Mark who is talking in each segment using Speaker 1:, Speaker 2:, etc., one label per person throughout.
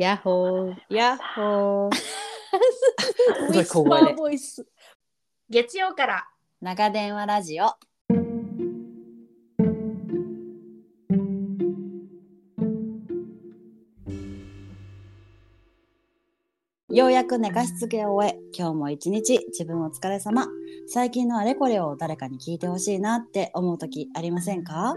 Speaker 1: ヤッホー、ヤッホー。
Speaker 2: すごい小声で。月曜から
Speaker 1: 長電話ラジオ。ようやく寝かしつけを終え、今日も一日自分お疲れ様。最近のあれこれを誰かに聞いてほしいなって思う時ありませんか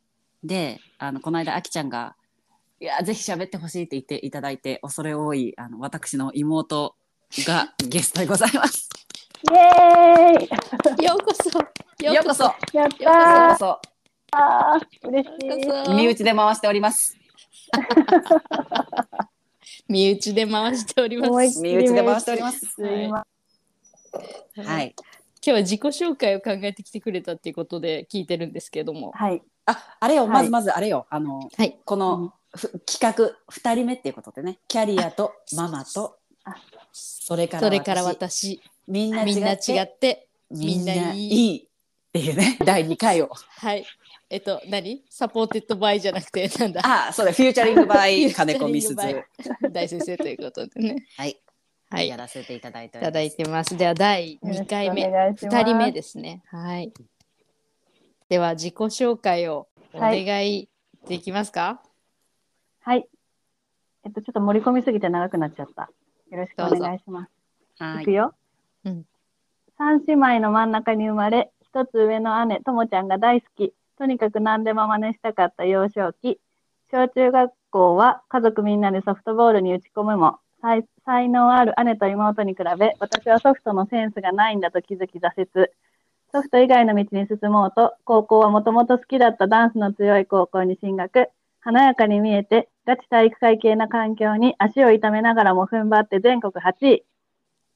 Speaker 3: であのこの間あきちゃんが「いやぜひ喋ってほしい」って言っていただいて恐れ多いあの私の妹が ゲストでございます。
Speaker 4: イエーイ
Speaker 5: ようこそ。
Speaker 3: ようこそよ
Speaker 4: やっ
Speaker 5: ようこ
Speaker 3: う
Speaker 4: たー
Speaker 3: こ
Speaker 4: 嬉し
Speaker 5: よう
Speaker 4: い
Speaker 5: こ
Speaker 3: そ身内で回しております。
Speaker 5: 身内で回しております。
Speaker 4: 思いっき
Speaker 3: 身
Speaker 4: り
Speaker 3: 内で回しております。
Speaker 4: すいま
Speaker 3: は
Speaker 5: はい
Speaker 3: い。
Speaker 5: 今日は自己紹介を考えてきてくれたっていうことで聞いてるんですけども。
Speaker 4: せんはい
Speaker 3: ああれよ
Speaker 4: い
Speaker 3: まずまずあれよあの
Speaker 5: はい。
Speaker 3: このふ企画二人目っていうことでねキャリアとママと
Speaker 4: あ
Speaker 3: それから
Speaker 5: それから
Speaker 3: 私
Speaker 5: 私、
Speaker 3: みんな
Speaker 5: みんな
Speaker 3: 違
Speaker 5: 違
Speaker 3: って
Speaker 5: って、
Speaker 3: み
Speaker 5: み
Speaker 3: ん
Speaker 5: ん
Speaker 3: な
Speaker 5: ないいい
Speaker 3: いっていうね第二回を。
Speaker 5: はい。えっと、何サポーテッドバイじゃなくて、 なん だ、
Speaker 3: ああ、そうだ、フューチャリングバ イ金子みすず。
Speaker 5: フューチャリング大先生ということでね。
Speaker 3: はい。
Speaker 5: はい。
Speaker 3: や
Speaker 5: い
Speaker 3: らせていただいておりま
Speaker 5: た
Speaker 3: す。
Speaker 5: だいてます。では、第2回目
Speaker 4: よろしくお願い、します
Speaker 5: 2人目ですね。はい。では、自己紹介をお願いできますか、
Speaker 4: はいえっとちょっと盛り込みすぎて長くなっちゃったよろしくお願いします
Speaker 3: はい い
Speaker 4: く。よ、
Speaker 5: うん
Speaker 4: 三姉妹の真ん中に生まれ一つ上の姉ともちゃんが大好きとにかく何でも真似したかった幼少期小中学校は家族みんなでソフトボールに打ち込むも才才能ある姉と妹に比べ私はソフトのセンスがないんだと気づき挫折ソフト以外の道に進もうと、高校はもともと好きだったダンスの強い高校に進学。華やかに見えて、ガチ体育会系な環境に足を痛めながらも踏ん張って全国8位。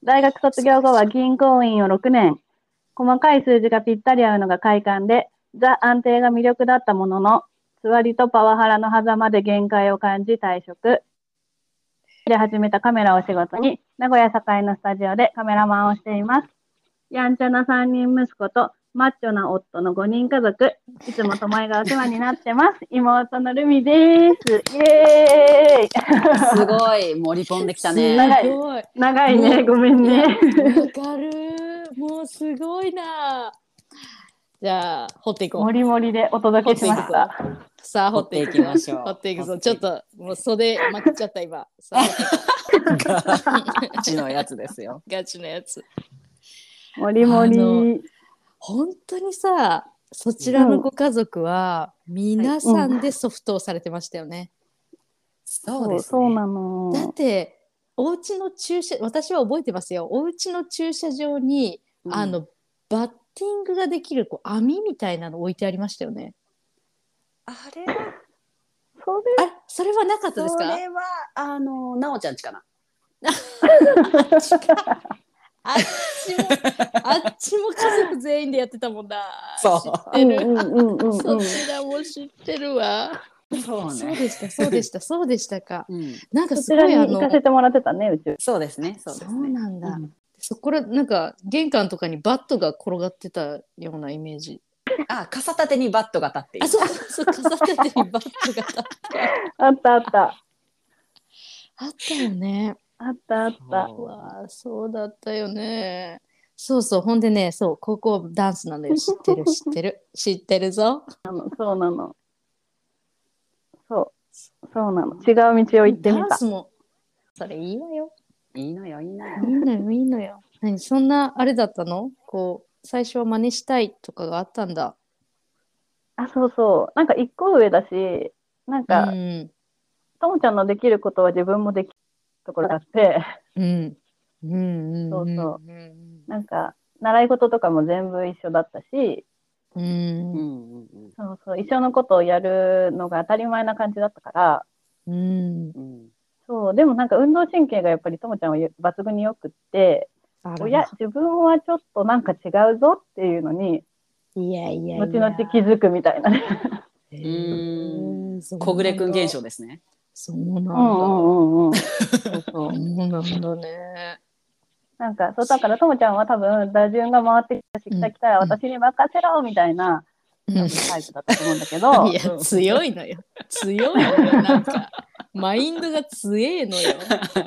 Speaker 4: 大学卒業後は銀行員を6年。細かい数字がぴったり合うのが快感で、ザ安定が魅力だったものの、つわりとパワハラの狭間で限界を感じ退職。で始めたカメラを仕事に、名古屋栄のスタジオでカメラマンをしています。やんちゃな3人息子とマッチョな夫の5人家族。いつも友恵がお世話になってます。妹のルミです。イエーイ
Speaker 3: すごい、盛り込んできたね。
Speaker 4: 長
Speaker 5: す
Speaker 4: い。
Speaker 5: ごい。
Speaker 4: 長いね。ごめんね。
Speaker 5: わかるー。もうすごいなー。じゃあ、掘っていこ
Speaker 4: もりもりでお届けしました。
Speaker 5: う。さあ、掘っていきまし ょう。
Speaker 3: 掘
Speaker 5: 掘
Speaker 3: っ
Speaker 5: ってて
Speaker 3: い
Speaker 5: い
Speaker 3: き
Speaker 5: く
Speaker 3: ましょう
Speaker 5: ぞ。ちょっと、もう袖まくっちゃった、今。さあ、掘って いこ
Speaker 3: ガチのやつですよ。
Speaker 5: うガチのやつ。
Speaker 4: もりも
Speaker 5: あの
Speaker 4: り。
Speaker 5: 本当にさ、そちらのご家族は、皆さんでソフトをされてましたよね。
Speaker 3: そう
Speaker 4: そう
Speaker 3: です、
Speaker 4: そう
Speaker 3: ね。
Speaker 4: なの。
Speaker 5: だって、お家の駐車、私は覚えてますよ。お家の駐車場に、
Speaker 3: うん
Speaker 5: あの、バッティングができるこう網みたいなの置いてありましたよね。
Speaker 3: あれは、
Speaker 4: そ
Speaker 5: あれそれはなかったです
Speaker 3: そ
Speaker 5: か
Speaker 3: れは、あの、なおちゃんちかな。
Speaker 5: あっち も、あっちも家族全員でやってたもんだ。
Speaker 3: そう
Speaker 5: 知
Speaker 4: れ。
Speaker 5: っ
Speaker 4: う
Speaker 5: て
Speaker 4: ん
Speaker 5: る。
Speaker 4: うんうんうんう
Speaker 5: そ
Speaker 4: ん。
Speaker 5: ちらも知ってるわ。
Speaker 3: そう
Speaker 5: そう
Speaker 3: ね。
Speaker 5: でした、そうでした、そうでしたか。
Speaker 3: うん、
Speaker 5: なんか
Speaker 4: そ
Speaker 5: す
Speaker 4: ち
Speaker 5: ご
Speaker 4: ら
Speaker 5: い
Speaker 4: に
Speaker 5: あ
Speaker 4: 行
Speaker 5: の
Speaker 4: か、せてもらってたね、うち。
Speaker 3: そうですね。そうで
Speaker 5: そ
Speaker 3: す
Speaker 5: う
Speaker 3: ね。
Speaker 5: なんだ。
Speaker 3: うん
Speaker 5: そこら、なんか玄関とかにバットが転がってたようなイメージ。
Speaker 3: あ、傘立てにバットが立っている
Speaker 5: あ、。そうそう、飾っててにバットが立っ
Speaker 4: あったあった。
Speaker 5: あったよね。
Speaker 4: あったあった。
Speaker 5: うわあ、そうだったよね。そうそう、ほんでね、そう、高校ダンスなのよ。知ってる、知ってる、知ってるぞ。
Speaker 4: あのそうなの。そそうなの。違う道を行ってみ
Speaker 5: ダン
Speaker 4: た
Speaker 5: ス。もそれいいのよ
Speaker 3: いいのよいいのよ
Speaker 5: いいのよいいのよ何そんなあれだったのこう最初は真似したいとかがあったんだ
Speaker 4: あ、そうそう。なんか一個上だし、なんか
Speaker 5: う、ん
Speaker 4: ともちゃんのできることは自分もできるところがあって、
Speaker 5: うんうんうん
Speaker 4: そうそう
Speaker 5: うん
Speaker 4: なんか、習い事とかも全部一緒だったし、
Speaker 5: う
Speaker 3: うんんうんうん
Speaker 4: そうそう、一緒のことをやるのが当たり前な感じだったから、
Speaker 5: うん
Speaker 3: うん
Speaker 4: そう、でもなんか運動神経がやっぱりともちゃんは抜群によくって、
Speaker 5: あら
Speaker 4: おや、自分はちょっとなんか違うぞっていうのに、
Speaker 5: いやいやいや
Speaker 4: 後々気づくみたいなね。
Speaker 5: へ
Speaker 3: う
Speaker 5: ーそうなんだ
Speaker 3: 小暮くん現象ですね
Speaker 5: そうなんだ、
Speaker 4: うんうんうんうん。そうそう。
Speaker 5: そうなんだね
Speaker 4: なんか、そうだからともちゃんは多分、打順が回ってきたし、来た来たら
Speaker 5: うん
Speaker 4: 私に任せろみたいなタイプだったと思うんだけど、
Speaker 5: いや強いのよ強いのよなんかマインドが強えのよ、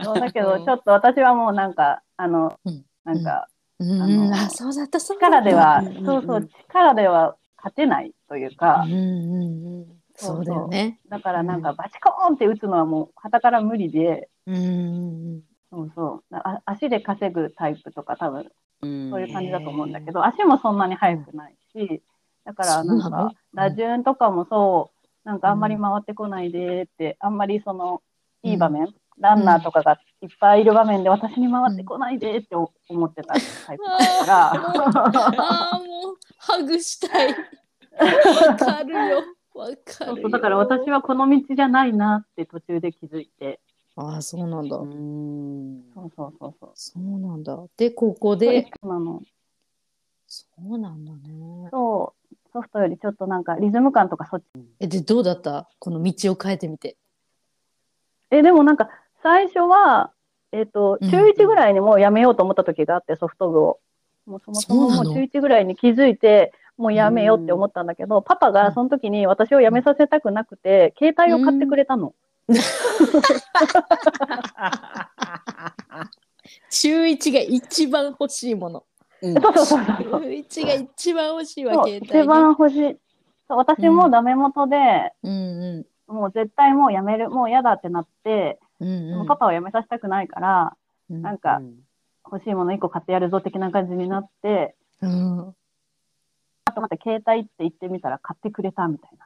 Speaker 4: そうだけ
Speaker 5: う
Speaker 4: ど、
Speaker 5: ん
Speaker 4: ちょっと私はもうなんか、あの
Speaker 5: うん、
Speaker 4: なんか、
Speaker 5: うん、
Speaker 4: あの
Speaker 5: あそうだったそうだった
Speaker 4: 力では、
Speaker 5: うん
Speaker 4: そうそう、力では勝てないというか
Speaker 5: うん、うんうんそうだよね
Speaker 4: だからなんか、バチコーンって打つのはもう、はたから無理で、
Speaker 5: うんうんうん
Speaker 4: そうそうあ、足で稼ぐタイプとか、多分
Speaker 3: うん
Speaker 4: そういう感じだと思うんだけど、足もそんなに速くないし、だから
Speaker 5: そうな
Speaker 4: な
Speaker 5: んの
Speaker 4: か、打順とかもそう、なんかあんまり回ってこないでって、あんまりその、いい場面、ランナーとかがいっぱいいる場面で、私に回ってこないでって思ってたタイプだから、
Speaker 5: ああもうハグしたいわかるよわか
Speaker 4: そう
Speaker 5: る
Speaker 4: そ
Speaker 5: よ
Speaker 4: うだから私はこの道じゃないなって途中で気づいて、
Speaker 5: ああそうなんだ
Speaker 3: うん
Speaker 4: そうそうそうそう。
Speaker 5: そうなんだでここ
Speaker 4: で
Speaker 5: で、
Speaker 4: 今の、
Speaker 5: そうなんだね
Speaker 4: そう、ソフトよりちょっとなんかリズム感とかそっち。
Speaker 5: えでどうだったこの道を変えてみて
Speaker 4: え、でもなんか最初は、えっ、と、
Speaker 5: うん
Speaker 4: 中1ぐらいにもうやめようと思った時があって、ソフト部を。もうそもそも
Speaker 5: そうな
Speaker 4: も
Speaker 5: の
Speaker 4: う中1ぐらいに気づいて、もうやめようって思ったんだけど、パパがその時に私をやめさせたくなくて、携帯を買ってくれたの。
Speaker 5: 中1が一番欲しいもの
Speaker 3: うん
Speaker 4: そうそ うそうそう。
Speaker 5: 中1が一番欲しいわ
Speaker 4: そう
Speaker 5: 携帯
Speaker 4: 一番欲しい。そう私もダメ元で、
Speaker 5: うんうん
Speaker 4: もう絶対もうやめる、もう嫌だってなって、
Speaker 5: うん
Speaker 4: で
Speaker 5: うん
Speaker 4: もパパをやめさせたくないから、
Speaker 5: うん
Speaker 4: なんか欲しいもの1個買ってやるぞ的な感じになって、
Speaker 5: うん
Speaker 4: あとまた携帯って言ってみたら買ってくれたみたいな。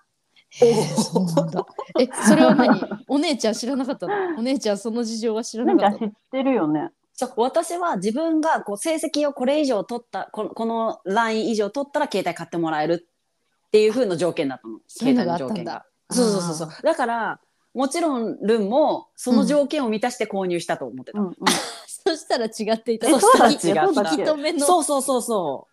Speaker 5: へえそうなんだえそれは何お姉ちゃん知らなかったのお姉ちゃんその事情は知ら
Speaker 4: な
Speaker 5: なんかっ
Speaker 4: か
Speaker 5: た
Speaker 4: 知
Speaker 5: の
Speaker 4: ってるよね。
Speaker 3: そう私は自分がこう成績をこれ以上取ったこのこのライン以上取ったら携帯買ってもらえるっていう風の条件だったの
Speaker 5: そういう
Speaker 3: 携
Speaker 5: の
Speaker 3: 帯
Speaker 5: があっ
Speaker 3: の
Speaker 5: たんだ
Speaker 3: 条件がそうそうそうそうだからもちろんルンもその条件を満たして購入したと思ってた、
Speaker 4: うん うん。
Speaker 5: そしたら違っていた
Speaker 3: えそうだ
Speaker 5: 引き
Speaker 3: 違った
Speaker 5: 引き止めの
Speaker 3: そうそうそうそ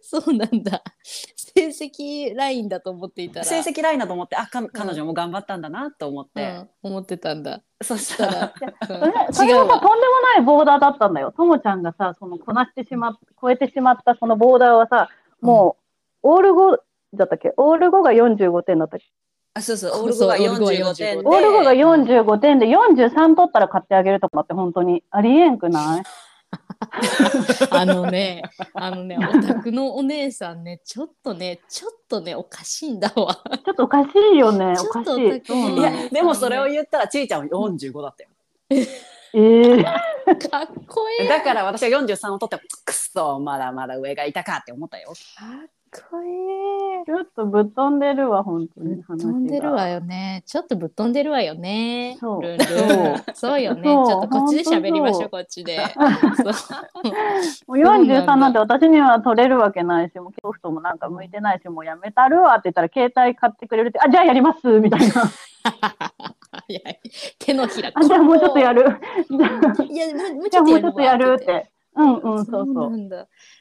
Speaker 5: そうなんだ。成績ラインだと思っていたら。
Speaker 3: う成績ラインだと思ってあか彼女も頑張ったんだなと思っ
Speaker 5: う
Speaker 3: て、
Speaker 5: ん、思ってたんだ。
Speaker 3: そしたら
Speaker 4: それ
Speaker 5: うん
Speaker 4: そ
Speaker 5: 違
Speaker 4: れ
Speaker 5: う
Speaker 4: もさ、
Speaker 5: わ。
Speaker 4: とんでもないボーダーだったんだよ。ともちゃんがさ、そのこなしてしまっ、超えてしまったそのボーダーはさ、もう、オール5だったっけオール5が45点だったっけ
Speaker 3: あそうそう
Speaker 5: そう
Speaker 3: オール5が
Speaker 5: オール五が
Speaker 3: 45
Speaker 5: 45
Speaker 3: 点で
Speaker 4: オール5が45点で43取ったら買ってあげるとかって本当にありえんくない
Speaker 5: あのね、あのね、お宅のお姉さんね、ちょっとね、ちょっとね、おかしいんだわ。
Speaker 4: ちょっとおかしいよね。おかしい。
Speaker 5: ちょっと
Speaker 4: そう
Speaker 3: い
Speaker 4: な
Speaker 3: や
Speaker 4: の
Speaker 3: でもそれを言ったらちいちゃんは45だったよ、
Speaker 4: えー
Speaker 5: かっこいい。
Speaker 3: だから私は43を取ってくっそまだまだ上がいたかって思ったよ
Speaker 5: かっこい
Speaker 4: ちょっとぶっ飛んでるわ、本当に。
Speaker 5: い。飛んでるわよね。ちょっとぶっ飛んでるわよね。
Speaker 4: そう
Speaker 5: ルンルンそうよね。ち
Speaker 4: そう
Speaker 5: ょっとこっちで喋りましょう、
Speaker 4: 本当そう
Speaker 5: こっち で。そう
Speaker 4: もう43なんて私には取れるわけないし、もうソフトもなんか向いてないし、もうやめたるわって言ったら、携帯買ってくれるって、あ、じゃあやりますみたいな。
Speaker 5: いや手のひら。
Speaker 4: あ、じゃあもうちょっとやる。
Speaker 5: いや、もうもう
Speaker 4: じ
Speaker 5: ち
Speaker 4: ゃ
Speaker 5: ょ
Speaker 4: あ
Speaker 5: っとやる
Speaker 4: もうちょっとやるって。うんうん、
Speaker 5: そ
Speaker 4: そうう
Speaker 5: な
Speaker 4: そう。
Speaker 5: んだ。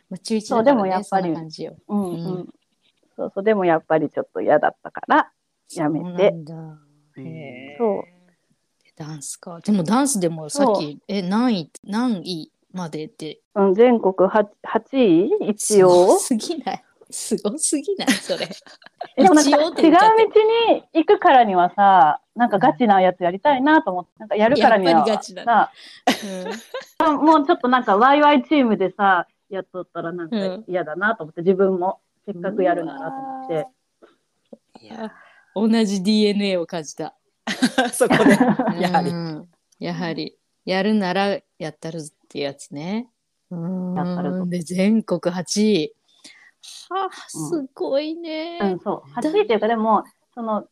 Speaker 5: まあ、中一
Speaker 4: そ
Speaker 5: だか
Speaker 4: うで
Speaker 5: ら、
Speaker 4: も
Speaker 5: ね、
Speaker 4: やっ
Speaker 5: そ
Speaker 4: ぱ
Speaker 5: ん
Speaker 4: り
Speaker 5: な感じよ。
Speaker 4: うんう
Speaker 5: うん
Speaker 4: ん。そうそう、でもやっぱりちょっと嫌だったから、やめて。
Speaker 5: そうなんだ。へえ。
Speaker 4: そう
Speaker 5: ダンスか。でもダンスでもさっき、え、何位、何位までって。
Speaker 4: うん、全国 8, 8位一
Speaker 5: すご
Speaker 4: 応。
Speaker 5: すぎない。すごすぎない、それ。
Speaker 4: でもなんか
Speaker 5: 一応って言
Speaker 4: 違う
Speaker 5: っちゃっ
Speaker 4: 道
Speaker 5: て
Speaker 4: に行くからにはさ、なんかガチなやつやりたいなと思って、なんかやるからに
Speaker 5: やっ
Speaker 4: は
Speaker 5: ぱりガチだね
Speaker 4: さ、あも うちょっとなんかワイワイチームでさやっとったらなんか
Speaker 5: うん
Speaker 4: 嫌だなと思って、自分もせっかくやるならと思って
Speaker 5: うん、同じ DNA を感じた。
Speaker 3: そこで やはり
Speaker 5: うんやはりやるならやったるってやつねう
Speaker 4: やったる
Speaker 5: ー
Speaker 4: ぞ
Speaker 5: んで全国8位はあ
Speaker 3: う
Speaker 5: すごいね、
Speaker 4: うん、そう。8位っていうか、でも、その、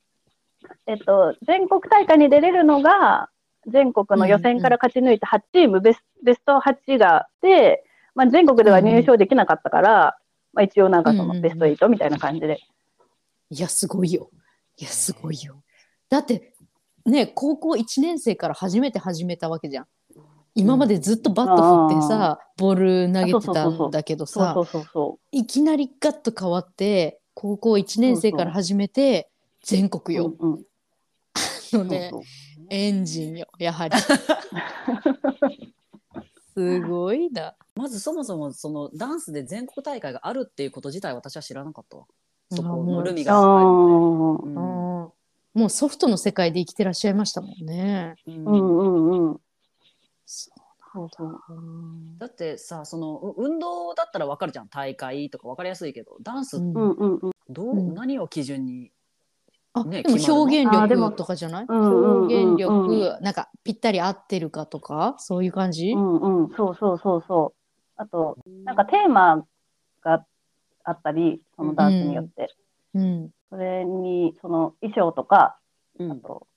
Speaker 4: えっと、全国大会に出れるのが、全国の予選から勝ち抜いて8チーム、ベスベスト8がで、まあ、全国では入賞できなかったから、まあ、一応なんかそ
Speaker 5: うんうんう
Speaker 4: の
Speaker 5: ん
Speaker 4: ベスト8みたいな感じで。
Speaker 5: いやすごいよいやすごいよだってね高校1年生から初めて始めたわけじゃん今までずっとバット振ってさ、ボール投げてたんだけどさ
Speaker 4: そうそうそうそ
Speaker 5: いきなりガッと変わって高校1年生から始めて全
Speaker 4: う。
Speaker 5: 国よ、
Speaker 4: うんうん
Speaker 5: のね
Speaker 4: そう
Speaker 5: エンジンよやはりすごいな
Speaker 3: まずそもそもそのダンスで全国大会があるっていうこと自体私は知らなかったわ。そこ
Speaker 5: あも
Speaker 3: の
Speaker 5: う
Speaker 3: ルミ
Speaker 4: そう
Speaker 3: がすご
Speaker 4: あ
Speaker 5: あ
Speaker 3: いう
Speaker 5: ー
Speaker 3: ん
Speaker 5: もうソフトの世界で生きてらっしゃいましたもんね
Speaker 4: ーうんうんうん。
Speaker 5: そう
Speaker 4: そうそう。
Speaker 3: だってさそのう運動だったらわかるじゃん大会とかわかりやすいけどダンス
Speaker 4: うんうんうん。
Speaker 3: どう、
Speaker 5: うん
Speaker 3: 何を基準に
Speaker 5: あ、
Speaker 3: ね
Speaker 5: でも
Speaker 3: 決まるの
Speaker 5: 表現
Speaker 4: あーでも
Speaker 5: 力とかじゃない、
Speaker 4: うんうん
Speaker 5: 表現
Speaker 4: うんうん
Speaker 5: 力なんかぴったり合ってるかとかそういう感じ、
Speaker 4: うんうん、そうそうそうそう。あと、なんかテーマがあったり、そのダンスによって。
Speaker 5: うん
Speaker 4: それに、その衣装とか、
Speaker 3: う
Speaker 4: あ
Speaker 3: ん
Speaker 4: と、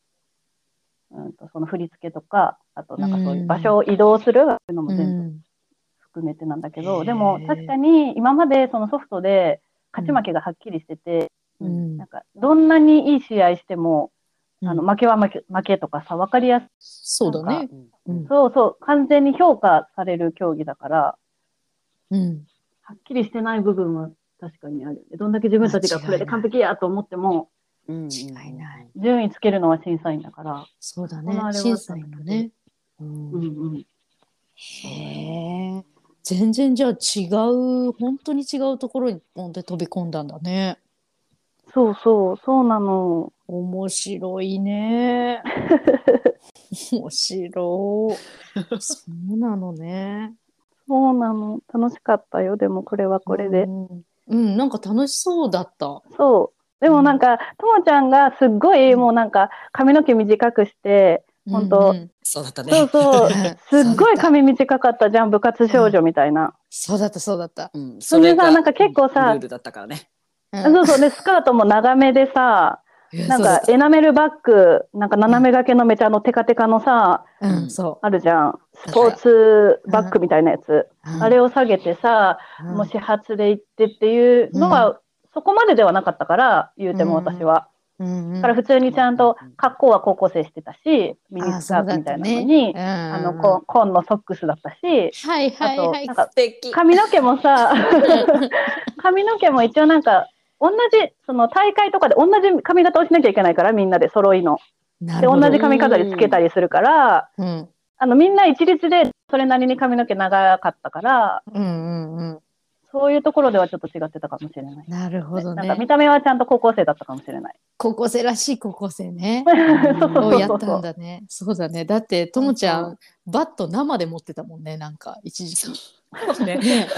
Speaker 4: うんと、その振り付けとか、あとなんかそういう場所を移動するそういうの
Speaker 5: う
Speaker 4: も全部
Speaker 5: ん
Speaker 4: 含めてなんだけ
Speaker 3: う
Speaker 4: ど、
Speaker 3: ん
Speaker 4: で
Speaker 5: へ
Speaker 4: も
Speaker 5: ー
Speaker 4: 確かに今までそのソフトで勝ち負けがはっきりしてて、
Speaker 5: うん
Speaker 4: なんかどんなにいい試合しても、あの
Speaker 5: うん
Speaker 4: 負けは負け負けとかさ、分かりやすい。
Speaker 5: そうだ
Speaker 4: なん
Speaker 5: ねうん
Speaker 4: そうそう、完全に評価される競技だから、
Speaker 5: うん
Speaker 4: はっきりしてない部分は確かにあるよね。どんだけ自分たちがこれで完璧やと思っても、
Speaker 3: うん
Speaker 5: 違いない
Speaker 4: 順位つけるのは審査員だから。
Speaker 5: そうだ
Speaker 4: このあ
Speaker 5: ね
Speaker 4: れは
Speaker 5: 審査員のね、うん
Speaker 4: うんうん。
Speaker 5: へえ全然じゃあ違う本当に違うところにポンって飛び込んだんだね
Speaker 4: そうそう、そうなの。
Speaker 5: 面白い ね面白いそうなのね
Speaker 4: そうなの。楽しかったよ。でもこれは これで。
Speaker 5: うん、うんなんか楽しそうだった
Speaker 4: そう。でもなんか、ともちゃんがすっごいもうなんか髪の毛短くして、本当
Speaker 5: うんうん
Speaker 3: そうだったね
Speaker 4: そうそう、 すっご
Speaker 5: そうだっ
Speaker 4: い
Speaker 5: た
Speaker 4: 髪短かったじゃん、部活少女みたいな。
Speaker 5: そうだったそうだった、
Speaker 3: うん
Speaker 4: それさなんか結構さ
Speaker 3: ルールだったからね
Speaker 5: う
Speaker 4: そうそう、で、スカートも長めでさ、なんかエナメルバッグ、なんか斜め掛けのめちゃあのテカテカのさ、
Speaker 5: うんそ
Speaker 4: あるじゃん。スポーツバッグみたいなやつ。
Speaker 5: う
Speaker 4: あれを下げてさ、
Speaker 5: うん
Speaker 4: もう始発で行ってっていうのは、そこまでではなかったから、言うても私は。
Speaker 5: うんうん
Speaker 4: だから普通にちゃんと格好は高校生してたし、ミニスカートみたいなのに、
Speaker 5: うん
Speaker 4: あの、こ紺のソックスだったし、
Speaker 5: はいはいは
Speaker 4: あと
Speaker 5: い
Speaker 4: なんか
Speaker 5: 素敵
Speaker 4: 髪の毛も さ、髪の毛も一応なんか、同じ、その大会とかで同じ髪型をしなきゃいけないから、みんなで揃いの。
Speaker 5: な
Speaker 4: で、
Speaker 5: るほ
Speaker 4: 同
Speaker 5: ど
Speaker 4: じ髪飾りつけたりするから、
Speaker 5: うん
Speaker 4: あの、みんな一律で、それなりに髪の毛長かったから、
Speaker 5: うんうんうん
Speaker 4: そういうところではちょっと違ってたかもしれない。
Speaker 5: なるほど
Speaker 4: な
Speaker 5: ね
Speaker 4: んか見た目はちゃんと高校生だったかもしれない。
Speaker 5: 高校生らしい高校生ね
Speaker 4: そうそうそうそう
Speaker 5: をやったんだねそうだねだってともちゃ
Speaker 4: そ
Speaker 5: んバット生で持ってたもんねなんか一時期
Speaker 3: そうね
Speaker 5: ね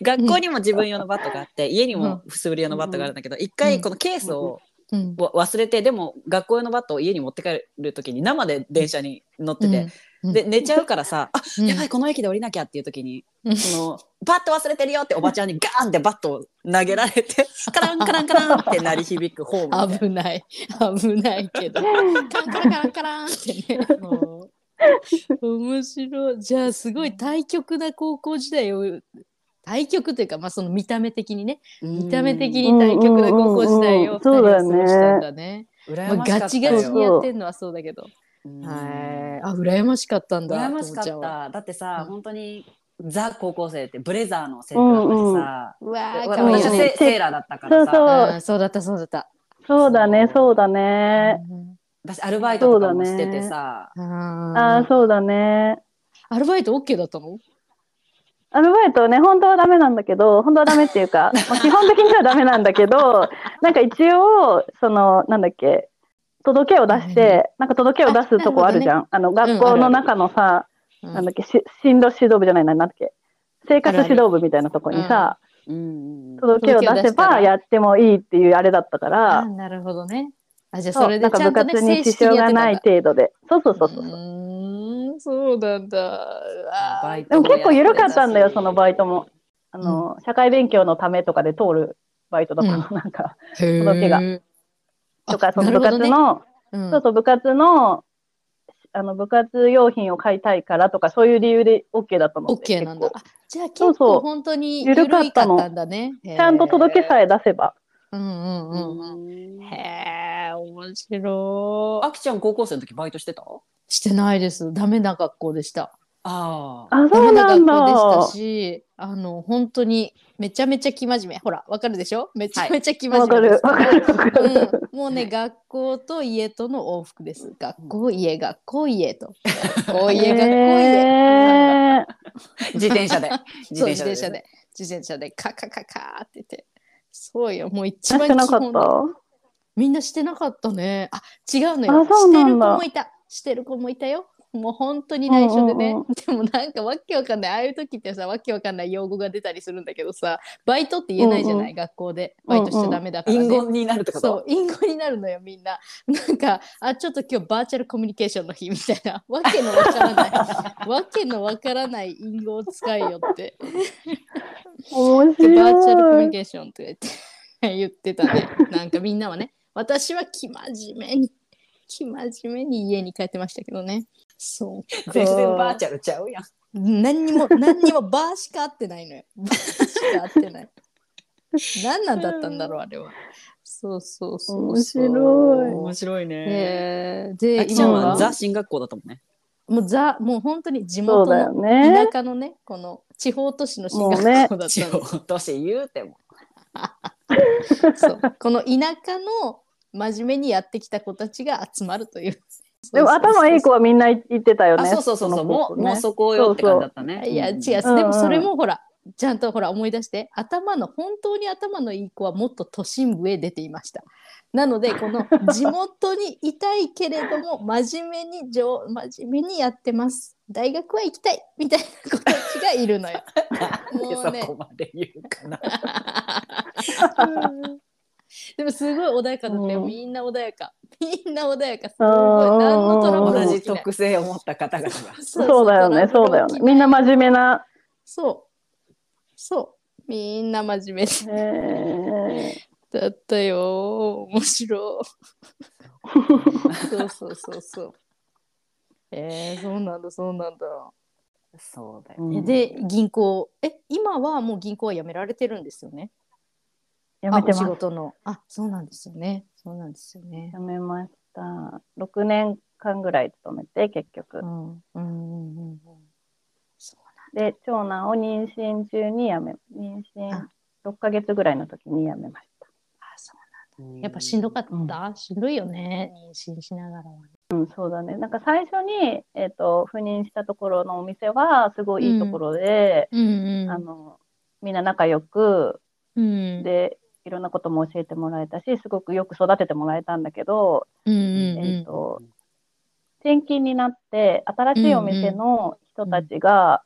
Speaker 3: 学校にも自分用のバットがあって家にも素振り用のバットがあるんだけど一回このケースを
Speaker 5: うん
Speaker 3: わ忘れてでも学校用のバットを家に持って帰る時に生で電車に乗ってて、
Speaker 5: うん
Speaker 3: で寝ちゃうからさ「あ
Speaker 5: うん
Speaker 3: やばいこの駅で降りなきゃ」っていう時に、
Speaker 5: うん
Speaker 3: そのバット忘れてるよっておばちゃんにガーンってバットを投げら れてカランカランカランって鳴り響くホームみたい
Speaker 5: 危ない危ないけ どカンカランカランカランってねもう面白いじゃあすごい対極な高校時代を対極というか、まあ、その見た目的にね
Speaker 3: な
Speaker 5: 見た目的に対極な高校時代
Speaker 4: うんうんうんう
Speaker 5: を
Speaker 4: ん
Speaker 5: 二人は過ごしたんだね。
Speaker 3: うん
Speaker 5: まあ、
Speaker 3: 羨ましかった
Speaker 5: ガチガチに
Speaker 3: よ
Speaker 5: やってんのはそうだけど。
Speaker 3: うん
Speaker 5: はい。あ、羨ましかったんだ。
Speaker 3: 羨ましかっ
Speaker 5: ともちゃんは。
Speaker 3: ただって
Speaker 5: う
Speaker 3: さ
Speaker 5: ん
Speaker 3: 本当にザ高校生ってブレザーの制服だったりさ、
Speaker 5: うわ
Speaker 3: で
Speaker 5: ー、かわいい
Speaker 3: 私は
Speaker 4: うん
Speaker 5: ね。
Speaker 3: セセーラーだったからさ
Speaker 4: そうそう
Speaker 5: うんそうだった、そうだった。
Speaker 4: そうだね、そうだね。
Speaker 5: うん
Speaker 3: 私アルバイトとかもしててさ、
Speaker 5: あ
Speaker 4: あ
Speaker 5: ー
Speaker 4: あ、そうだね。
Speaker 5: アルバイト OK だったの
Speaker 4: アルバイトね、本当はダメなんだけど、本当はダメっていうか、まあ、基本的にはダメなんだけど、なんか一応、その、なんだっけ、届けを出して、なんか届けを出すとこあるじゃん。あの、学校の中の
Speaker 5: う
Speaker 4: さ、
Speaker 5: ん
Speaker 4: なんだっけ、し進路指導部じゃないな、なんだっけ、生活指導部みたいなとこに
Speaker 3: うんうんう
Speaker 4: さ、
Speaker 3: ん
Speaker 4: 届けを出せばやってもいいっていうあれだったか
Speaker 5: あ
Speaker 4: ら、
Speaker 5: ーなるほどね。あ、じゃあ
Speaker 4: そ
Speaker 5: そうれで
Speaker 4: なんか
Speaker 5: ちゃ
Speaker 4: 部
Speaker 5: んとね、
Speaker 4: 活に
Speaker 5: 正
Speaker 4: 支
Speaker 5: 式に
Speaker 4: 障
Speaker 5: やっ
Speaker 4: が
Speaker 5: てた
Speaker 4: なんい
Speaker 5: だ。
Speaker 4: 程度で。そうそうそうそうう。
Speaker 5: ーん、そうなんだ。あー
Speaker 3: バイト
Speaker 4: でも結構緩かったんだよ、
Speaker 3: やてたし
Speaker 4: そのバイトも。あの、社会勉強のためとかで通るバイトだったの、なんか。
Speaker 5: へ
Speaker 4: 届けが
Speaker 5: ーあ
Speaker 4: とか、その
Speaker 5: なる
Speaker 4: 部
Speaker 5: ほ
Speaker 4: 活
Speaker 5: どね
Speaker 4: の、
Speaker 5: うん
Speaker 4: そうそう、部活の、あの、部活用品を買いたいからとか、そういう理由で OK だったの
Speaker 5: オ
Speaker 4: で。
Speaker 5: ッケーなんだ
Speaker 4: 結。
Speaker 5: あじゃあ
Speaker 4: そう
Speaker 5: 結構本当に緩かったんだね。
Speaker 4: 構ちゃんと届けさえ出せば。
Speaker 5: え。うんうんうんうん。へえ、面白い。
Speaker 3: あきちゃん高校生の時バイトしてた
Speaker 5: してないです。ダメな学校でした。
Speaker 3: ああ。
Speaker 4: あ、
Speaker 5: ダ
Speaker 4: そ
Speaker 5: メ
Speaker 4: う
Speaker 5: な
Speaker 4: な
Speaker 5: 学
Speaker 4: んだ。
Speaker 5: 校でしたし、あの、本当にめちゃめちゃ生真面目。ほら、わかるでしょめちゃめちゃ生
Speaker 4: わ
Speaker 5: 真
Speaker 4: か
Speaker 5: 面目
Speaker 4: る
Speaker 5: で、
Speaker 4: わ
Speaker 5: す。
Speaker 4: かる、わかる。
Speaker 5: うん、もうね、学校と家との往復です。学校、家、学校、家と。学校、家、学校、家。
Speaker 4: え
Speaker 3: 自転車で。
Speaker 5: そう自転車。で。自転車で、カカカカーって言って。そうよ、もう一番
Speaker 4: してな
Speaker 5: 基
Speaker 4: か
Speaker 5: 本
Speaker 4: っ
Speaker 5: で
Speaker 4: た
Speaker 5: みんなしてなかったね。あ、違うの
Speaker 4: あ
Speaker 5: よ。
Speaker 4: そ
Speaker 5: し
Speaker 4: う
Speaker 5: て
Speaker 4: な
Speaker 5: る子
Speaker 4: んだ
Speaker 5: もいた。してる子もいたよ。もう本当に内緒でね。
Speaker 4: うんうん
Speaker 5: でもなんかわけわかんない。ああいう時ってさ、わけわかんない用語が出たりするんだけどさ、バイトって言えないじゃない、
Speaker 4: うん
Speaker 5: 学校で。バイトしちゃダメだから、ね
Speaker 3: 隠語になるってこ
Speaker 5: そう
Speaker 3: と、
Speaker 5: 隠語になるのよ、みんな。なんか、あ、ちょっと今日バーチャルコミュニケーションの日みたいな、わけのわからない、わけのわからない隠語を使いよって、でバーチャルコミュ
Speaker 4: 面白
Speaker 5: ニ
Speaker 4: い。
Speaker 5: ケーションって言って 言ってたね。なんかみんなはね、私は生真面目に、生真面目に家に帰ってましたけどね。そう。
Speaker 3: 全然バーチャルちゃうやん。
Speaker 5: 何にも、 何にもバーしか合ってないのよ。バーしか合ってない。何なんだったんだろう、あれは。そうそうそうそう。
Speaker 4: 面白い
Speaker 5: 面白いね。
Speaker 3: あ
Speaker 5: で、
Speaker 3: きちゃん
Speaker 5: 今
Speaker 3: は
Speaker 5: は
Speaker 3: ザ進学校だったもんね。
Speaker 5: もうザ、もう本当に地
Speaker 4: そう
Speaker 5: 元
Speaker 4: だよ
Speaker 5: の
Speaker 4: ね
Speaker 5: 田。舎のね、この地方都市の進
Speaker 4: もう
Speaker 5: 学校だ
Speaker 4: ね
Speaker 5: ったんです
Speaker 3: 地方都市言うても。
Speaker 5: そうこの田舎の真面目にやってきた子たちが集まるという。
Speaker 4: でも頭いい子はみんな言ってたよ
Speaker 3: あ、
Speaker 4: ね。
Speaker 3: そうそうそうそう。
Speaker 4: の
Speaker 3: も
Speaker 4: 高校
Speaker 3: う
Speaker 4: ね
Speaker 3: もうそこよって感じだったね。
Speaker 5: いや違う、で
Speaker 4: うん
Speaker 5: もそれもほら、ちゃんとほら思い出して、頭の、本当に頭のいい子はもっと都心部へ出ていました。なの で、この地元にいたいけれども、真面目に上、真面目にやってます。大学は行きたいみたいな子たちがいる のよ。もう
Speaker 3: でそ
Speaker 5: ね
Speaker 3: こ、まで言うかな。
Speaker 5: でもすごい穏やかだったよ。
Speaker 4: うん
Speaker 5: みんな穏やか。みんな穏やか。すごい。
Speaker 4: う
Speaker 5: 何
Speaker 4: ん
Speaker 5: のトラブルも
Speaker 4: うん
Speaker 3: 同
Speaker 5: 起
Speaker 3: じ
Speaker 5: きない
Speaker 3: 特性を持った方々が。
Speaker 5: そ
Speaker 4: そうだよね、
Speaker 5: トラ
Speaker 4: そう
Speaker 5: ブ
Speaker 4: だ
Speaker 5: ル
Speaker 4: よ
Speaker 5: 起き
Speaker 4: ね。
Speaker 5: ない
Speaker 4: みんな真面目な。
Speaker 5: そう。そう。みんな真面目で
Speaker 4: えー
Speaker 5: だったよ。面白 い。そうそうそうそう。えー、そうなんだ、そうなんだ。
Speaker 3: そうだよ。
Speaker 5: えで、銀行、え、今はもう銀行は辞められてるんですよね。
Speaker 4: やめて
Speaker 5: あお
Speaker 4: ます
Speaker 5: 仕。事の。あ、そうなんですよね。そうなんですよね
Speaker 4: や。めました。6年間ぐらい勤めて、結局
Speaker 5: う。ん。うんうんうんうん。そう
Speaker 4: で、長男を妊娠中に辞め、妊娠
Speaker 5: あ
Speaker 4: 6ヶ月ぐらいの時に辞めまし
Speaker 5: あそうやっぱしんどかった、しんどいよね。妊娠しながらは。
Speaker 4: た。うん、そうだね。なんか最初に、えっ、と、赴任したところのお店は、すごいいいところで、
Speaker 5: うん
Speaker 4: あの、みんな仲良く、
Speaker 5: うん
Speaker 4: で、いろんなことも教えてもらえたし、すごくよく育ててもらえたんだけど、
Speaker 5: うん
Speaker 4: えっ、と、転勤になって、新しいお店の人たちが、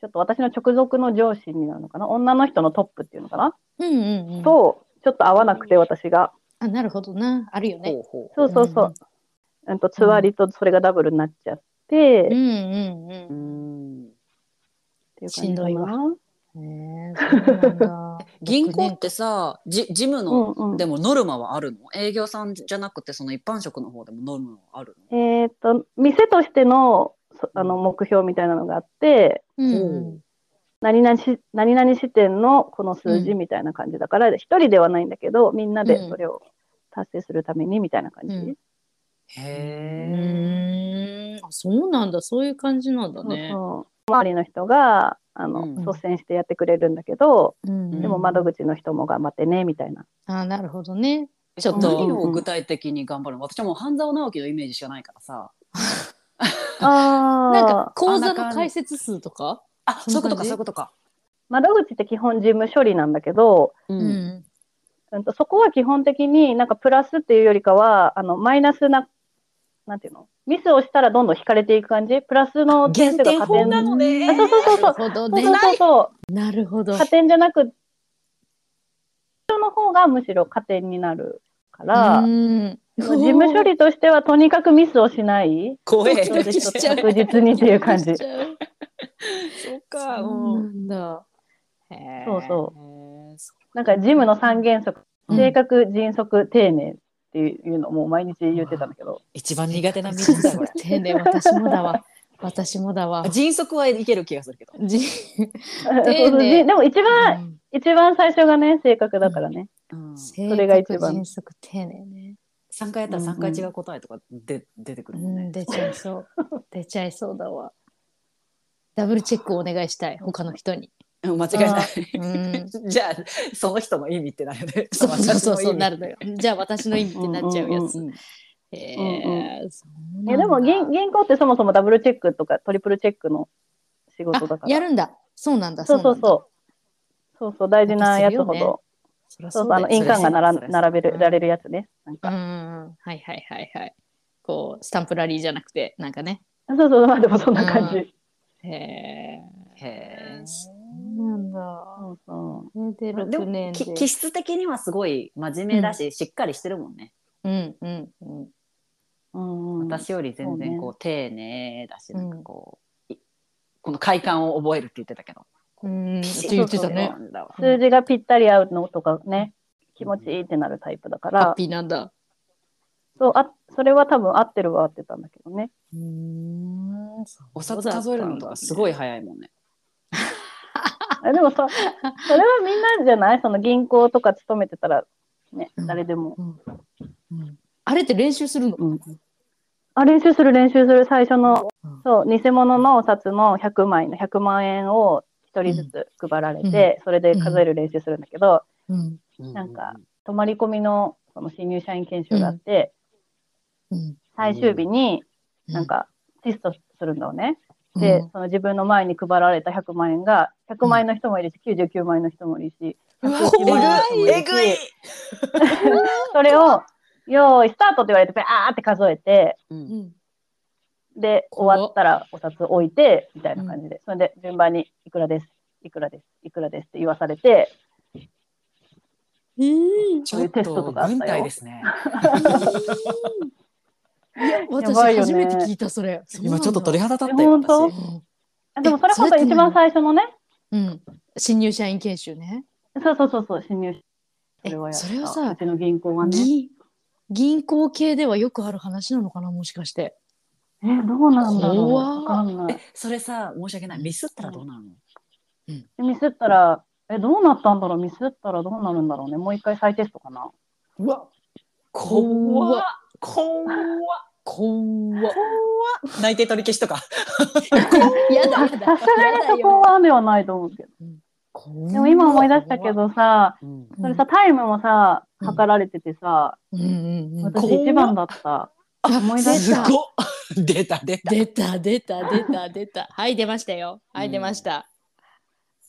Speaker 4: ちょっと私の直属の上司になるのかな女の人のトップっていうのかな、
Speaker 5: うんうんうん。
Speaker 4: と、ちょっと合わなくて、私が。
Speaker 5: あ、なるほどな。あるよね。
Speaker 3: ほうほ
Speaker 4: そうそうそう。うんと、つわりとそれがダブルになっちゃって、
Speaker 5: うんう
Speaker 4: っ
Speaker 5: ん
Speaker 3: う。う。
Speaker 5: うん
Speaker 4: ていう感じ
Speaker 5: し
Speaker 4: かな
Speaker 5: んどいわ。ん。ねえそうなん だ
Speaker 3: 銀行ってさ、じ事務の、
Speaker 4: うんうん
Speaker 3: でもノルマはあるの営業さんじゃなくて、その一般職の方でもノルマはある
Speaker 4: えっ、と、店としてのそあの目標みたいなのがあって、
Speaker 5: うん
Speaker 3: うん
Speaker 4: 何々し何々支店のこの数字みたいな感じだから、一、人ではないんだけど、みんなでそれを達成するためにみたいな感じ。
Speaker 5: うん
Speaker 3: の。
Speaker 5: う
Speaker 3: へえ。
Speaker 5: ん。あ、そうなんだ。そういう感じなんだね。
Speaker 4: そうそう周りの人があの、
Speaker 3: うん
Speaker 4: 率先してやってくれるんだけど、
Speaker 5: うん
Speaker 4: でも窓口の人も頑張ってねみたいな。
Speaker 5: あ、なるほどね。ち
Speaker 3: ち
Speaker 5: ょ
Speaker 3: ょ
Speaker 5: っ
Speaker 3: っ
Speaker 5: と
Speaker 3: と。何を具体的に頑張るの私はもう半沢直樹のイメージしかないからさ。
Speaker 4: あ
Speaker 5: なんか
Speaker 4: あ、
Speaker 5: 講座の解説数とか。
Speaker 3: あ、そういうことか、そういうことか。
Speaker 4: 窓口って基本事務処理なんだけど、
Speaker 3: う
Speaker 5: う。ん。
Speaker 4: うんと、そこは基本的になんかプラスっていうよりかはあのマイナスななんていうのミスをしたらどんどん引かれていく感じプラスの点数が加点
Speaker 3: なのね
Speaker 4: あそうそうそうそ
Speaker 5: な
Speaker 4: う
Speaker 5: るほどね
Speaker 4: そうそう。そうそ
Speaker 5: なるほど
Speaker 4: う。加点じゃなく人の方がむしろ加点になるから、
Speaker 5: うん
Speaker 4: 事務処理としてはとにかくミスをしない
Speaker 3: 怖え。
Speaker 4: 一つ一 つ確実にっていう感じ。
Speaker 5: そうか、
Speaker 4: そうなん
Speaker 5: だ。。
Speaker 4: そうそうなんかジムの三原則、
Speaker 5: うん
Speaker 4: 正確、迅速、丁寧っていうのをもう毎日言ってたんだけど、
Speaker 3: 一番苦手なミスだ これ。
Speaker 5: 丁寧、私もだわ。私もだわ
Speaker 3: あ。迅速はいける気がするけど。
Speaker 5: じ
Speaker 4: そうそうででも一番、
Speaker 5: うん
Speaker 4: 一番最初がね、正確だからね。
Speaker 3: うん、
Speaker 5: そ
Speaker 4: れが一番
Speaker 5: 迅速丁寧ね。
Speaker 3: 3回やったら3回違う答えとかで、出てく
Speaker 5: う
Speaker 3: るもん
Speaker 5: ん、
Speaker 3: ね。
Speaker 5: 出ちゃいそう。出ちゃいそうだわ。ダブルチェックをお願いしたい、他の人に。
Speaker 3: うん、間違いな
Speaker 5: うん。
Speaker 3: い。じゃあその人の意味ってなるね。
Speaker 5: そうそうそうそうな
Speaker 3: る。
Speaker 5: るのよ。じゃあ私の意味ってなっちゃうやつ
Speaker 3: う。ん
Speaker 5: へ
Speaker 4: うん
Speaker 5: え、そうなんだ
Speaker 4: えでも銀銀行ってそもそもダブルチェックとかトリプルチェックの仕事だか
Speaker 5: あ
Speaker 4: ら。
Speaker 5: やるんだ。そうなんだ。
Speaker 4: そうそう
Speaker 5: うなんだ。
Speaker 4: そう。そうそう大事なやつほど、
Speaker 5: やっぱするよねそりゃ
Speaker 4: そうそう
Speaker 5: だ
Speaker 4: あ
Speaker 5: よ
Speaker 4: の印鑑がなら
Speaker 3: そりゃそう
Speaker 4: 並べるられるやつね。なん
Speaker 5: うん
Speaker 4: か
Speaker 5: うんうん。はいはいはいはい。こう、スタンプラリーじゃなくて、なんかね。
Speaker 4: そうそうまあでもそんな感じ。
Speaker 5: へえ。
Speaker 3: へえ。
Speaker 5: そうなんだ。
Speaker 4: そうそ
Speaker 5: で、
Speaker 3: で
Speaker 5: 6
Speaker 3: も
Speaker 5: 年で
Speaker 3: き。気質的にはすごい真面目だし、しっかりしてるもんね。
Speaker 5: うんうんうん。
Speaker 4: う。うんうん。
Speaker 3: 私より全然こ
Speaker 4: そう
Speaker 3: 丁寧だし、
Speaker 5: う
Speaker 3: なんんかこう、いこの快感を覚えるって言ってたけど。
Speaker 5: うん、って
Speaker 4: シッ
Speaker 5: 言ってたね。
Speaker 3: そうだわ
Speaker 4: 数字がぴったり合うのとかね、気持ちいいってなるタイプだか
Speaker 5: ハッ
Speaker 4: ら、
Speaker 5: ピーなんだ。
Speaker 4: そうあそれは多分合ってるは合ってたんだけどね。
Speaker 5: うん。
Speaker 3: お札数えるのとかすごい早いもんね。
Speaker 4: あでもそそれはみんなじゃないその銀行とか勤めてたら、ね、
Speaker 5: うん
Speaker 4: 誰でも。
Speaker 5: あれって練習するの
Speaker 4: うんあ練習する練習する最初の、
Speaker 5: うん
Speaker 4: そう偽物のお札の100枚の100万円を1人ずつ配られて、それで数える練習するんだけど、
Speaker 5: うん。
Speaker 4: なんか泊まり込みのその新入社員研修があって、
Speaker 5: うん。
Speaker 4: 最終日になんかテストするんだよね。で、その自分の前に配られた100万円が、100万円の人もいるし、99万円の人もいるし、
Speaker 5: うわ
Speaker 4: 101万円の人もいるし
Speaker 3: えぐい
Speaker 4: それを、よーい、スタートって言われて、ばーって数えて、
Speaker 3: う
Speaker 5: うんん。
Speaker 4: で、
Speaker 5: 怖っ
Speaker 4: 終わったらお札置いて、みたいな感じで、それで順番に、いくらです、いくらです、いくらですって言わされて、
Speaker 3: ちょっと軍隊ですね。
Speaker 5: 私
Speaker 4: やばいよ
Speaker 5: 初め
Speaker 4: ね
Speaker 5: て聞いたそれ。そうなん
Speaker 3: 今
Speaker 5: だ
Speaker 3: ちょっと鳥肌立ったよ。
Speaker 4: え本
Speaker 3: 私
Speaker 4: あでもそれ本当に一番最初のね、
Speaker 5: うん。うん新入社員研修ね。
Speaker 4: そうそうそうそう、新入社
Speaker 5: え
Speaker 4: それはやった
Speaker 5: それはさ
Speaker 4: うちの銀行はね。
Speaker 5: 銀銀行系ではよくある話なのかなもしかして。
Speaker 4: え、どうなんだろう。
Speaker 5: 怖っ
Speaker 4: わかんない
Speaker 3: え。それさ申し訳ないミスったらどうなるの？
Speaker 4: ミスったら、え、どうなったんだろうミスったらどうなるんだろうね。もう一回再テストかな。
Speaker 5: うわ
Speaker 3: 怖っ怖っ
Speaker 5: 怖っ。
Speaker 3: 内定取り消しとか。
Speaker 5: やだやだ。
Speaker 4: さすがにそこは雨はないと思うけど。
Speaker 5: 怖っ
Speaker 4: でも今思い出したけ。どさ、それさ、タイムもさ、
Speaker 5: うん
Speaker 4: 測られててさ、
Speaker 5: うんうんうん。
Speaker 4: 私一番だった。思い出
Speaker 3: す
Speaker 4: した
Speaker 3: ごっ出た出た。
Speaker 5: 出た出た出た出た。はい出ましたよ。はい出ました。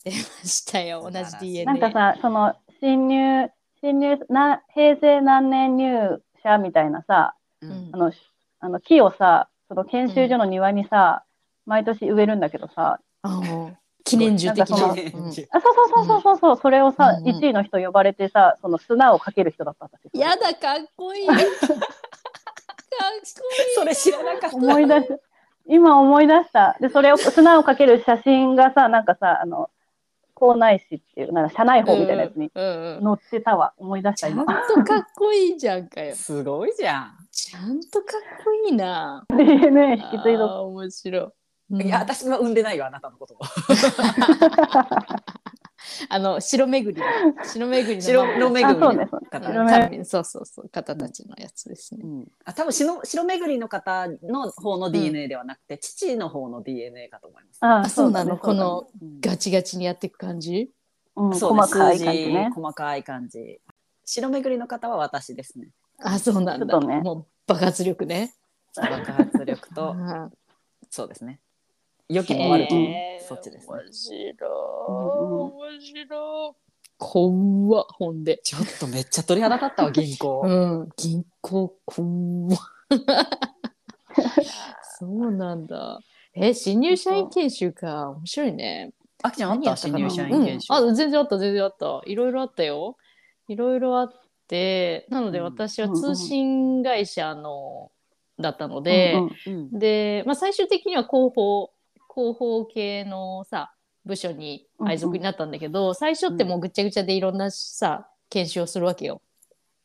Speaker 5: 出ましたよ。同
Speaker 3: 素晴
Speaker 5: じ
Speaker 3: らしい
Speaker 5: DNA。
Speaker 4: なんかさ、その、新入、新入、な、平成何年入社みたいなさ、
Speaker 5: う
Speaker 3: うん
Speaker 5: ん、
Speaker 4: あの、しあの木をさ、その研修所の庭にさ、毎年植えるんだけどさ、
Speaker 5: あの記念樹的な
Speaker 4: な。
Speaker 5: んうん
Speaker 4: あ、そうそうそうそうそう、うそれをさ、
Speaker 5: うんうん
Speaker 4: 一位の人呼ばれてさ、その砂をかける人だった私。
Speaker 5: やだかっこいい。かっこ
Speaker 3: それ知らなかった。
Speaker 4: 思い出し今思い出した。で、それを、砂をかける写真がさ、なんかさ、あの、校内誌っていう、なんか社内
Speaker 5: いい。
Speaker 4: 報みたいなやつに
Speaker 5: うんうんうん
Speaker 4: 載ってたわ。思い出し
Speaker 5: ち
Speaker 4: た、
Speaker 5: ゃんと
Speaker 4: 今。
Speaker 5: かっこいいじゃんかよ。
Speaker 3: すごいじゃん。
Speaker 5: ちゃんとかっこいいな。
Speaker 4: DNA 引き継いどっ
Speaker 5: あー面白い。
Speaker 3: いや私は産んでないよあなたのことを。
Speaker 5: あの白巡りの白巡りの
Speaker 3: 白
Speaker 5: 守
Speaker 3: の
Speaker 5: り
Speaker 3: め
Speaker 4: た。あ、そう
Speaker 3: ぐり
Speaker 4: ね
Speaker 3: の。
Speaker 4: そうね
Speaker 3: 方。
Speaker 4: 白
Speaker 5: うん
Speaker 4: 目
Speaker 5: 神そうそうそう方たちのやつですね
Speaker 3: う。んあ多分白白めぐりの方の方の DNA ではなくて、父の方の DNA かと思います。
Speaker 4: あ
Speaker 5: あそうなの、
Speaker 4: そ
Speaker 5: こ
Speaker 4: うだね
Speaker 5: の
Speaker 3: うん
Speaker 5: ガチガチにやっていく感じ。
Speaker 4: うん、
Speaker 3: そうね
Speaker 4: 細かい感じ
Speaker 3: 数
Speaker 4: ね
Speaker 3: 字。細かい感じ。白めぐりの方は私ですね。
Speaker 5: あそうなん
Speaker 4: ちょ
Speaker 5: だ。
Speaker 4: っとね
Speaker 5: もう爆発力ね。
Speaker 3: 爆発力と
Speaker 5: うん
Speaker 3: そうですね。良きも悪きも
Speaker 5: へー
Speaker 3: そっちですね。
Speaker 5: 面白い。
Speaker 4: うん
Speaker 5: 面白い。怖っほんで。
Speaker 3: ちょっとめっちゃ鳥肌立ったわ銀行。
Speaker 5: うん、銀行怖っ そうなんだ。え、新入社員研修か。面白いね。
Speaker 3: あきちゃんあっ
Speaker 5: 何や
Speaker 3: た
Speaker 5: った
Speaker 3: 新
Speaker 5: かな
Speaker 3: 入社員研修。
Speaker 5: うんあ、全然あった、全然あった。いろいろあったよ。いろいろあってなので
Speaker 3: うん
Speaker 5: 私
Speaker 1: う
Speaker 5: は
Speaker 1: んうん
Speaker 5: 通信会社の、だったので、
Speaker 3: うん
Speaker 5: で、まあ、最終的には広報広報系のさ部署に配属になったんだけど、最初ってもうぐっちゃぐちゃでいろんなさ研修をするわけよ。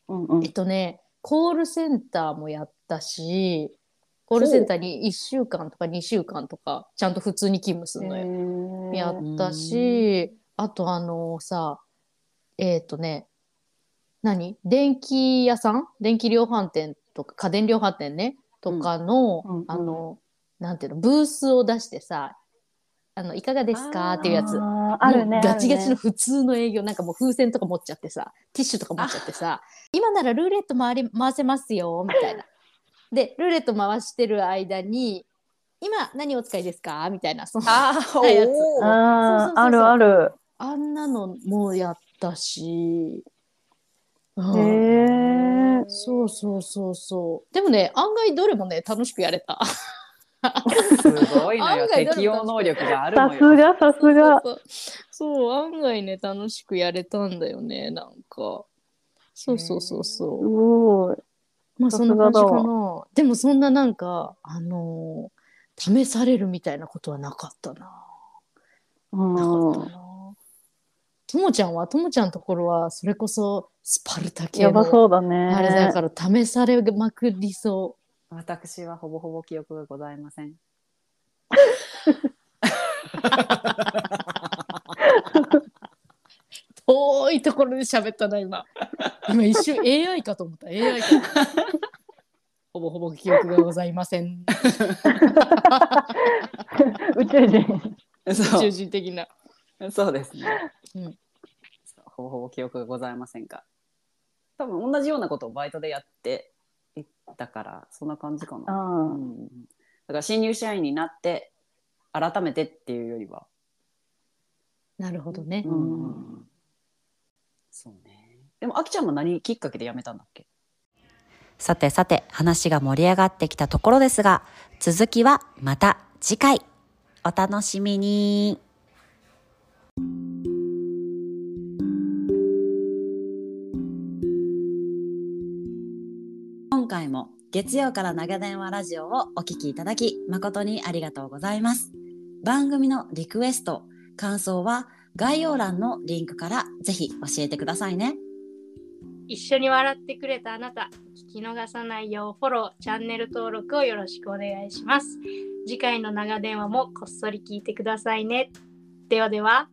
Speaker 1: うんうん
Speaker 5: えっとねコールセンターもやったしコールセンターに1週間とか2週間とかちゃんと普通に勤務するのよ。やったし、あとあのさ、えっ、とね、何電気屋さん電気量販店とか、家電量販店ね、とかの、
Speaker 1: うんうんうん
Speaker 5: あの、なんていうの、ブースを出してさ、あの、いかがですかっていうやつ。
Speaker 4: あーあるね。
Speaker 5: もうガチガチの
Speaker 4: の。
Speaker 5: 普通の営業、なんかもう風船とか持っちゃってさ、ティッシュとか持っちゃってさ、今ならルーレット回り回せますよ、みたいな。で、ルーレット回してる間に、今何お使いですかみたいな、その
Speaker 3: ああ、お
Speaker 5: やつ
Speaker 3: ー
Speaker 4: あ
Speaker 5: そうそうそう
Speaker 4: あ
Speaker 5: そう
Speaker 4: ー、あるある。
Speaker 5: あんなのもやったし、うん
Speaker 4: へえ。
Speaker 5: そうそうそうそうでもね案外どれもね楽しくやれた
Speaker 3: すごいのよ
Speaker 5: 案。外
Speaker 3: 適応能力がある
Speaker 4: さ
Speaker 3: の
Speaker 4: す
Speaker 3: よ。
Speaker 4: が、さす が。
Speaker 5: そうそうそう案外ね楽しくやれたんだよねなんかそうそうそう
Speaker 4: す
Speaker 5: そ
Speaker 4: ごい。
Speaker 5: うまあ
Speaker 4: さ
Speaker 5: そん
Speaker 4: す
Speaker 5: な感
Speaker 4: が
Speaker 5: じ
Speaker 4: だ
Speaker 5: か
Speaker 4: わ
Speaker 5: なでもそんななんかあのー試されるみたいなことはなかったな
Speaker 4: うん
Speaker 5: なかったなともちゃんはともちゃんのところはそれこそスパルタ系
Speaker 4: やば
Speaker 5: の
Speaker 4: そうだね。
Speaker 5: あれだから試されまくりそう
Speaker 3: 私はほぼほぼ記憶がございません。
Speaker 5: 遠いところで喋ったな今 今一瞬 AI かと思った AI かほぼほぼ記憶がございません
Speaker 4: 宇宙人。
Speaker 3: そ
Speaker 5: 中心的な
Speaker 3: う、そうですね。
Speaker 5: うん
Speaker 3: ほぼほぼ記憶がございませんが。多分同じようなことをバイトでやっていったから、そんな感じかな。う
Speaker 4: あ
Speaker 3: ん、だから新入社員になって、改めてっていうよりは。
Speaker 5: なるほどね、
Speaker 3: うん。そうね。でも、あきちゃんも何きっかけで辞めたんだっけ
Speaker 6: さてさて話が盛り上がってきたところですが、続きはまた次回。お楽しみに。
Speaker 1: 今回も月曜から長電話ラジオをお聞きいただき誠にありがとうございます。番組のリクエスト、感想は概要欄のリンクからぜひ教えてくださいね。
Speaker 2: 一緒に笑ってくれたあなた、聞き逃さないようフォロー、チャンネル登録をよろしくお願いします。次回の長電話もこっそり聞いてくださいね。ではでは、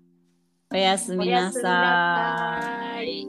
Speaker 1: おやす
Speaker 2: お
Speaker 1: み
Speaker 2: や
Speaker 1: な
Speaker 2: すみ
Speaker 1: さ。
Speaker 2: ないさい。